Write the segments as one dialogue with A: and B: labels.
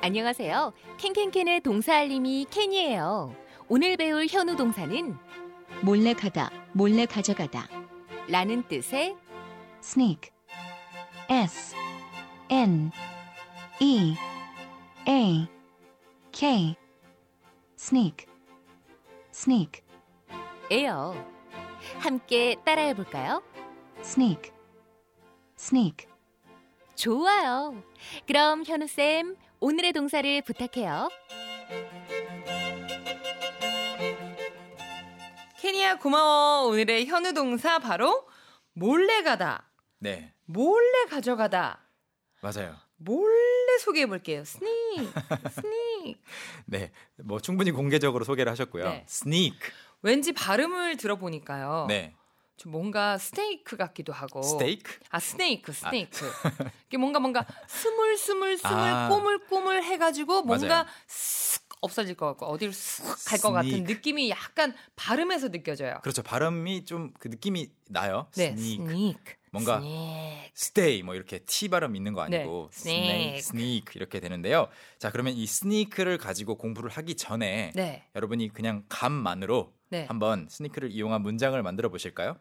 A: 안녕하세요. 캔캔캔의 동사 알림이 캔이에요. 오늘 배울 현우 동사는
B: 몰래 가다, 몰래 가져가다.
A: 라는 뜻의
B: sneak. S N E A K sneak. sneak.
A: 에요. 함께 따라해 볼까요?
B: sneak. sneak.
A: 좋아요. 그럼 현우쌤, 오늘의 동사를 부탁해요.
C: 케니야 고마워. 오늘의 현우 동사 바로 몰래 가다.
D: 네,
C: 몰래 가져가다.
D: 맞아요.
C: 몰래 소개해 볼게요. 스닉. 스닉.
D: 네, 뭐 충분히 공개적으로 소개를 하셨고요.
C: 네.
D: 스니크,
C: 왠지 발음을 들어보니까요.
D: 네,
C: 좀 뭔가 스테이크 같기도 하고.
D: 스테이크,
C: 아, 스네이크, 스네이크. 이게 뭔가 뭔가 스물스물스물
D: 아.
C: 꼬물꼬물 해가지고 뭔가
D: 맞아요.
C: 쓱 없어질 것 같고 어디로 쓱 갈 것 같은
D: 스니크.
C: 느낌이 약간 발음에서 느껴져요.
D: 그렇죠. 발음이 좀 그 느낌이 나요.
C: 네,
D: 스니크,
C: 스니크.
D: 뭔가
C: 스니크.
D: 스테이 뭐 이렇게 T 발음 있는 거 아니고
C: 네,
D: 스네이크,
C: 스니크.
D: 스니크 이렇게 되는데요. 자, 그러면 이 스니크를 가지고 공부를 하기 전에
C: 네,
D: 여러분이 그냥 감만으로
C: 네.
D: 한번 스니크를 이용한 문장을 만들어 보실까요?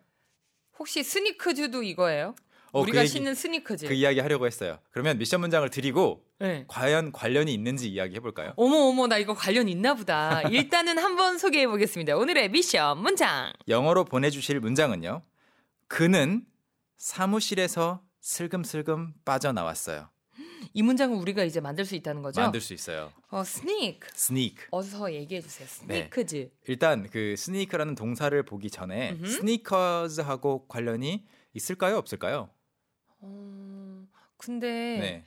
C: 혹시 스니크즈도 이거예요?
D: 어,
C: 우리가
D: 그 얘기-
C: 신는 스니크즈.
D: 그 이야기 하려고 했어요. 그러면 미션 문장을 드리고
C: 네.
D: 과연 관련이 있는지 이야기 해볼까요?
C: 어머 어머 나 이거 관련 있나 보다. 일단은 한번 소개해 보겠습니다. 오늘의 미션 문장.
D: 영어로 보내주실 문장은요. 그는 사무실에서 슬금슬금 빠져나왔어요.
C: 이 문장은 우리가 이제 만들 수 있다는 거죠?
D: 만들 수 있어요.
C: 어, 스니크.
D: 스니크.
C: 어서 얘기해 주세요.
D: 네.
C: 스니크즈.
D: 일단 그 스니크라는 동사를 보기 전에
C: 음흠.
D: 스니커즈하고 관련이 있을까요? 없을까요?
C: 어, 근데
D: 네.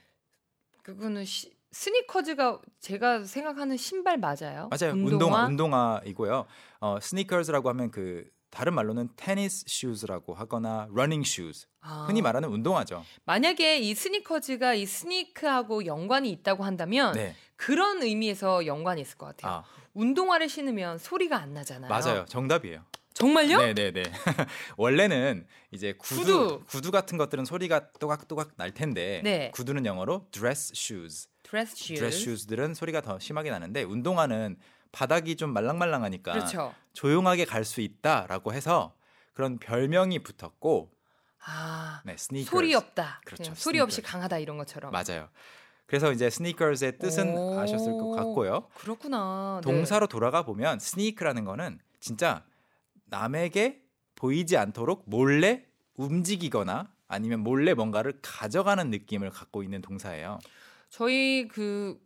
C: 그거는 시- 스니커즈가 제가 생각하는 신발 맞아요?
D: 맞아요. 운동화, 운동화 이고요 어, 스니커즈라고 하면 그 다른 말로는 테니스 슈즈라고 하거나 러닝 슈즈.
C: 아.
D: 흔히 말하는 운동화죠.
C: 만약에 이 스니커즈가 이 스니크하고 연관이 있다고 한다면
D: 네.
C: 그런 의미에서 연관이 있을 것 같아요.
D: 아,
C: 운동화를 신으면 소리가 안 나잖아요.
D: 맞아요. 정답이에요.
C: 정말요?
D: 네네네. 원래는 이제 구두,
C: 구두.
D: 구두 같은 것들은 소리가 또각또각 날 텐데
C: 네.
D: 구두는 영어로 dress shoes.
C: 드레스 슈.
D: dress shoes들은 소리가 더 심하게 나는데 운동화는 바닥이 좀 말랑말랑하니까
C: 그렇죠.
D: 조용하게 갈 수 있다라고 해서 그런 별명이 붙었고
C: 아
D: 네, 스니커
C: 소리 없다.
D: 그렇죠,
C: 그냥 소리
D: sneakers.
C: 없이 강하다 이런 것처럼.
D: 맞아요. 그래서 이제 스니커즈의 뜻은
C: 오.
D: 아셨을 것 같고요.
C: 그렇구나. 네.
D: 동사로 돌아가 보면 스니크라는 거는 진짜 남에게 보이지 않도록 몰래 움직이거나 아니면 몰래 뭔가를 가져가는 느낌을 갖고 있는 동사예요.
C: 저희 그,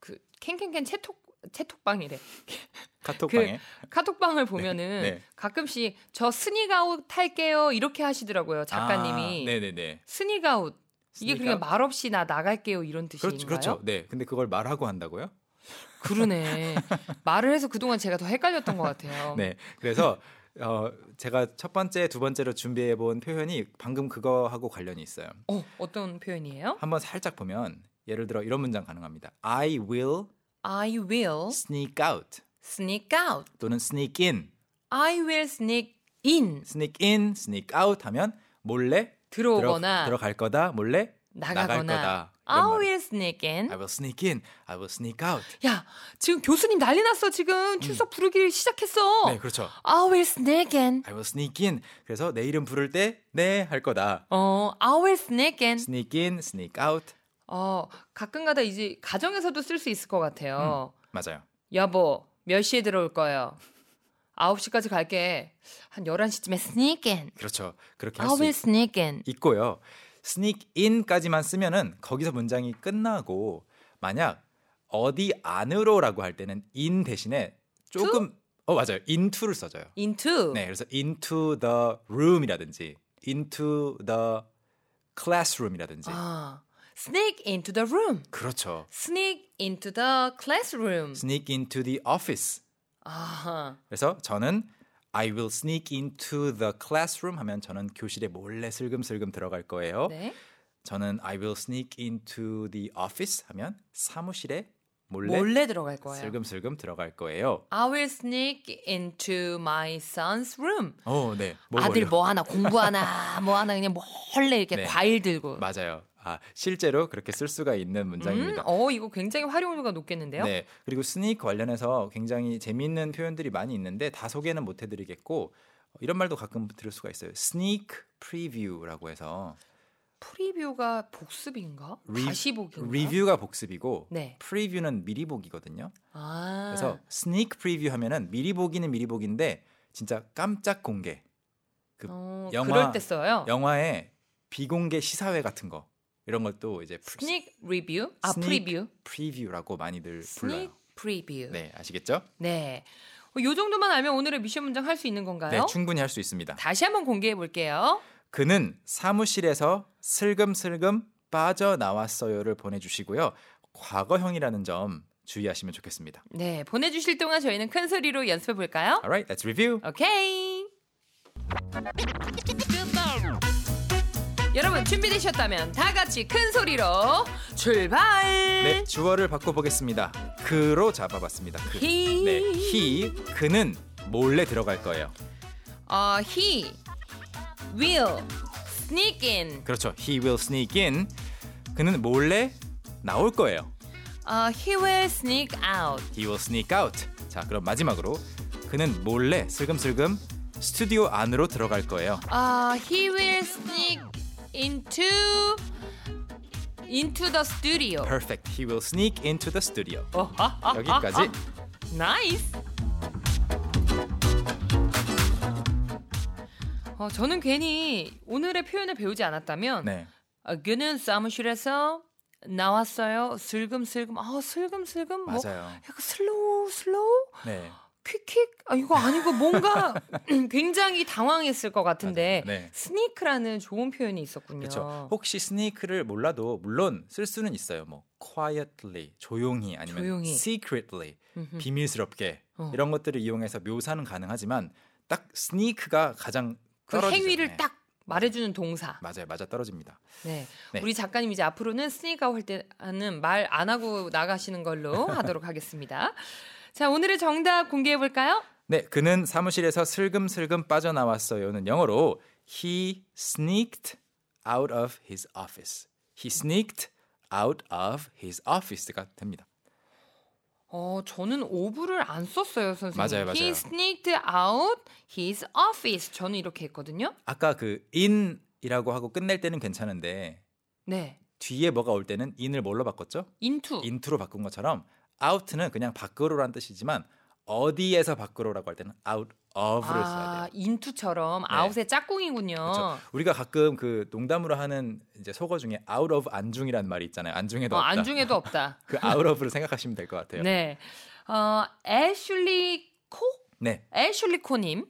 C: 그 캔캔캔 채톡 채톡방이래. 그
D: 카톡방에
C: 카톡방을 보면은
D: 네.
C: 가끔씩 저 스니가웃 할게요 이렇게 하시더라고요 작가님이
D: 아, 네네네.
C: 스니가웃 이게 그냥
D: 스니커-
C: 말 없이 나 나갈게요 이런 뜻인가요?
D: 그렇죠, 그렇죠. 네, 근데 그걸 말하고 한다고요?
C: 그러네 말을 해서 그동안 제가 더 헷갈렸던 것 같아요.
D: 네, 그래서 어, 제가 첫 번째, 두 번째로 준비해 본 표현이 방금 그거하고 관련이 있어요.
C: 어, 어떤 표현이에요?
D: 한번 살짝 보면 예를 들어 이런 문장 가능합니다. I will
C: I will
D: sneak out
C: sneak out.
D: 또는 sneak in.
C: I will sneak in.
D: sneak in, sneak out 하면 몰래
C: 들어오거나
D: 들어, 갈 거다, 몰래 나갈
C: 나가거나.
D: 거다. 이런
C: I
D: 말이에요.
C: will sneak in.
D: I will sneak in, I will sneak out.
C: 야, 지금 교수님 난리 났어. 지금 출석 부르기 시작했어.
D: 음. 네, 그렇죠.
C: I will sneak in.
D: I will sneak in. 그래서 내 이름 부를 때 네 할 거다.
C: 어, I will sneak in.
D: sneak in, sneak out.
C: 어, 가끔가다 이제 가정에서도 쓸 수 있을 것 같아요.
D: 맞아요.
C: 여보, 몇 시에 들어올 거예요? 9시까지 갈게. 한 11시쯤에 sneak in.
D: 그렇죠. 그렇게
C: I
D: 할 수
C: will sneak in.
D: 있고요. sneak in까지만 쓰면은 거기서 문장이 끝나고 만약 어디 안으로라고 할 때는 in 대신에 조금 어 맞아요. into를 써줘요.
C: into.
D: 네, 그래서 into the room이라든지 into the classroom이라든지
C: 아, sneak into the room.
D: 그렇죠.
C: sneak into the classroom.
D: sneak into the office.
C: 아하.
D: 그래서 저는 I will sneak into the classroom 하면 저는 교실에 몰래 슬금슬금 들어갈 거예요.
C: 네.
D: 저는 I will sneak into the office 하면 사무실에 몰래,
C: 몰래 들어갈 거예요.
D: 슬금슬금 들어갈 거예요.
C: I will sneak into my son's room.
D: 어, 네. 뭐
C: 아들
D: 몰래-
C: 뭐 하나 공부하나 뭐 하나 그냥 몰래 이렇게
D: 네.
C: 과일 들고
D: 맞아요. 아, 실제로 그렇게 쓸 수가 있는 문장입니다.
C: 음, 어, 이거 굉장히 활용도가 높겠는데요?
D: 네. 그리고 스니크 관련해서 굉장히 재미있는 표현들이 많이 있는데 다 소개는 못 해드리겠고 어, 이런 말도 가끔 들을 수가 있어요. 스니크 프리뷰라고 해서
C: 프리뷰가 복습인가?
D: 리-
C: 다시 보기인가?
D: 리뷰가 복습이고
C: 네.
D: 프리뷰는 미리 보기거든요.
C: 아.
D: 그래서 스니크 프리뷰 하면은 미리 보기는 미리 보기인데 진짜 깜짝 공개 그
C: 어,
D: 영화-
C: 그럴 때 써요.
D: 영화의 비공개 시사회 같은 거 이런 것도 이제 프리,
C: 스닉 리뷰? 아,
D: 스닉
C: 프리뷰.
D: 프리뷰라고 많이들
C: 스닉
D: 불러요.
C: 프리뷰.
D: 네, 아시겠죠?
C: 네. 어, 요 정도만 알면 오늘의 미션 문장 할 수 있는 건가요?
D: 네, 충분히 할 수 있습니다.
C: 다시 한번 공개해 볼게요.
D: 그는 사무실에서 슬금슬금 빠져나왔어요를 보내주시고요. 과거형이라는 점 주의하시면 좋겠습니다.
C: 네, 보내주실 동안 저희는 큰 소리로 연습해 볼까요?
D: Alright, let's review.
C: 오케이. 여러분 준비되셨다면 다 같이 큰 소리로 출발.
D: 네, 주어를 바꿔보겠습니다. 그로 잡아봤습니다. 그.
C: 히.
D: 네, he, 그는 몰래 들어갈 거예요.
C: 어, he will sneak in.
D: 그렇죠. He will sneak in. 그는 몰래 나올 거예요.
C: 어, he will sneak out.
D: He will sneak out. 자, 그럼 마지막으로 그는 몰래 슬금슬금 스튜디오 안으로 들어갈 거예요.
C: 어, he will sneak into into the studio.
D: Perfect. He will sneak into the studio.
C: 어, 아, 아,
D: 여기까지.
C: 아, 아. 나이스. 어, 저는 괜히 오늘의 표현을 배우지 않았다면
D: 네.
C: 어, 그는 사무실에서 나왔어요. 슬금슬금. 아, 슬금슬금 뭐
D: 맞아요.
C: 약간 슬로우 슬로우
D: 네.
C: 퀵퀵 아 이거 아니고 뭔가 굉장히 당황했을 것 같은데
D: 맞아요. 네.
C: 스니크라는 좋은 표현이 있었군요.
D: 그렇죠. 혹시 스니크를 몰라도 물론 쓸 수는 있어요. 뭐 quietly 조용히 아니면
C: 조용히.
D: secretly
C: 음흠.
D: 비밀스럽게
C: 어.
D: 이런 것들을 이용해서 묘사는 가능하지만 딱 스니크가 가장
C: 그
D: 떨어지죠.
C: 행위를
D: 네.
C: 딱 말해주는 동사.
D: 맞아요. 맞아 떨어집니다.
C: 네.
D: 네.
C: 우리 작가님 이제 앞으로는 스니커 할 때는 말 안 하고 나가시는 걸로 하도록 하겠습니다. 자, 오늘의 정답 공개해 볼까요?
D: 네, 그는 사무실에서 슬금슬금 빠져나왔어요는 영어로 he sneaked out of his office. he sneaked out of his office가 됩니다.
C: 어, 저는 오브를 안 썼어요, 선생님.
D: 맞아요, 맞아요.
C: He sneaked out his office. 저는 이렇게 했거든요.
D: 아까 그 in이라고 하고 끝낼 때는 괜찮은데
C: 네.
D: 뒤에 뭐가 올 때는 in을 뭘로 바꿨죠?
C: into.
D: into로 바꾼 것처럼 out는 그냥 밖으로란 뜻이지만 어디에서 밖으로라고 할 때는 out of를 써야
C: 아, 어.
D: 돼요.
C: into처럼
D: 네.
C: out의 짝꿍이군요.
D: 그렇죠. 우리가 가끔 그 농담으로 하는 이제 속어 중에 out of 안중이라는 말이 있잖아요. 안중에도
C: 어,
D: 없다.
C: 안중에도 없다.
D: 그 out of를 생각하시면 될 것 같아요.
C: 네. 어, 애슐리 코?
D: 네,
C: 애슐리 코님.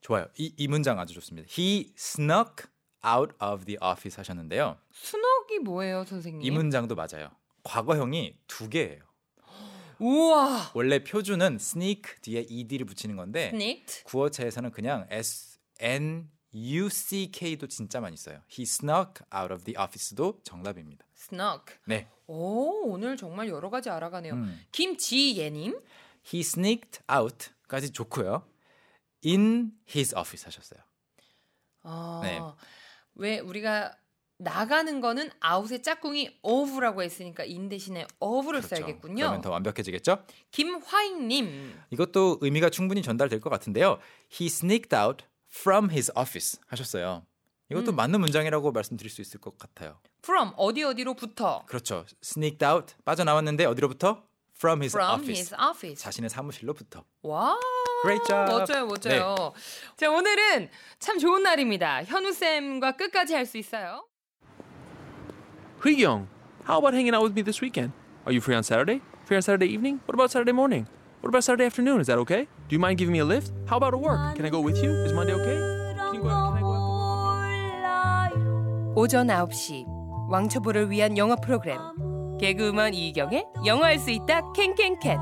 D: 좋아요. 이, 이 문장 아주 좋습니다. He snuck out of the office 하셨는데요.
C: 수넉이 뭐예요, 선생님?
D: 이 문장도 맞아요. 과거형이 두 개예요.
C: 우와.
D: 원래 표준은 sneak 뒤에 ed를 붙이는 건데
C: sneaked.
D: 구어체에서는 그냥 s n u c k도 진짜 많이 써요. He snuck out of the office도 정답입니다.
C: snuck.
D: 네.
C: 오, 오늘 정말 여러 가지 알아가네요.
D: 음.
C: 김지예님.
D: He sneaked out까지 좋고요. In his office 하셨어요.
C: 아,
D: 네.
C: 왜 우리가 나가는 거는 out의 짝꿍이 of라고 했으니까 in 대신에 of를 아, 써야겠군요.
D: 그렇죠. 그러면 더 완벽해지겠죠?
C: 김화익님.
D: 이것도 의미가 충분히 전달될 것 같은데요. He sneaked out from his office 하셨어요. 이것도
C: 음.
D: 맞는 문장이라고 말씀드릴 수 있을 것 같아요.
C: from 어디 어디로부터
D: 그렇죠. sneaked out 빠져나왔는데 어디로부터? From his
C: from his
D: office.
C: office.
D: 자신의 사무실로부터.
C: 와.
D: Great job. 네.
C: 멋져요, 멋져요. 자, 오늘은 참 좋은 날입니다. 현우 쌤과 끝까지 할 수 있어요.
E: Young, how about hanging out with me this weekend? Are you free on Saturday? Free on Saturday evening? What about Saturday morning? What about Saturday afternoon? Is that okay? Do you mind giving me a lift? How about at work? Can I go with you? Is Monday okay? Can you go out? Can I go out?
F: 오전 9시 왕초보를 위한 영어 프로그램 개그우먼 이경의 영어할 수 있다 캔캔캔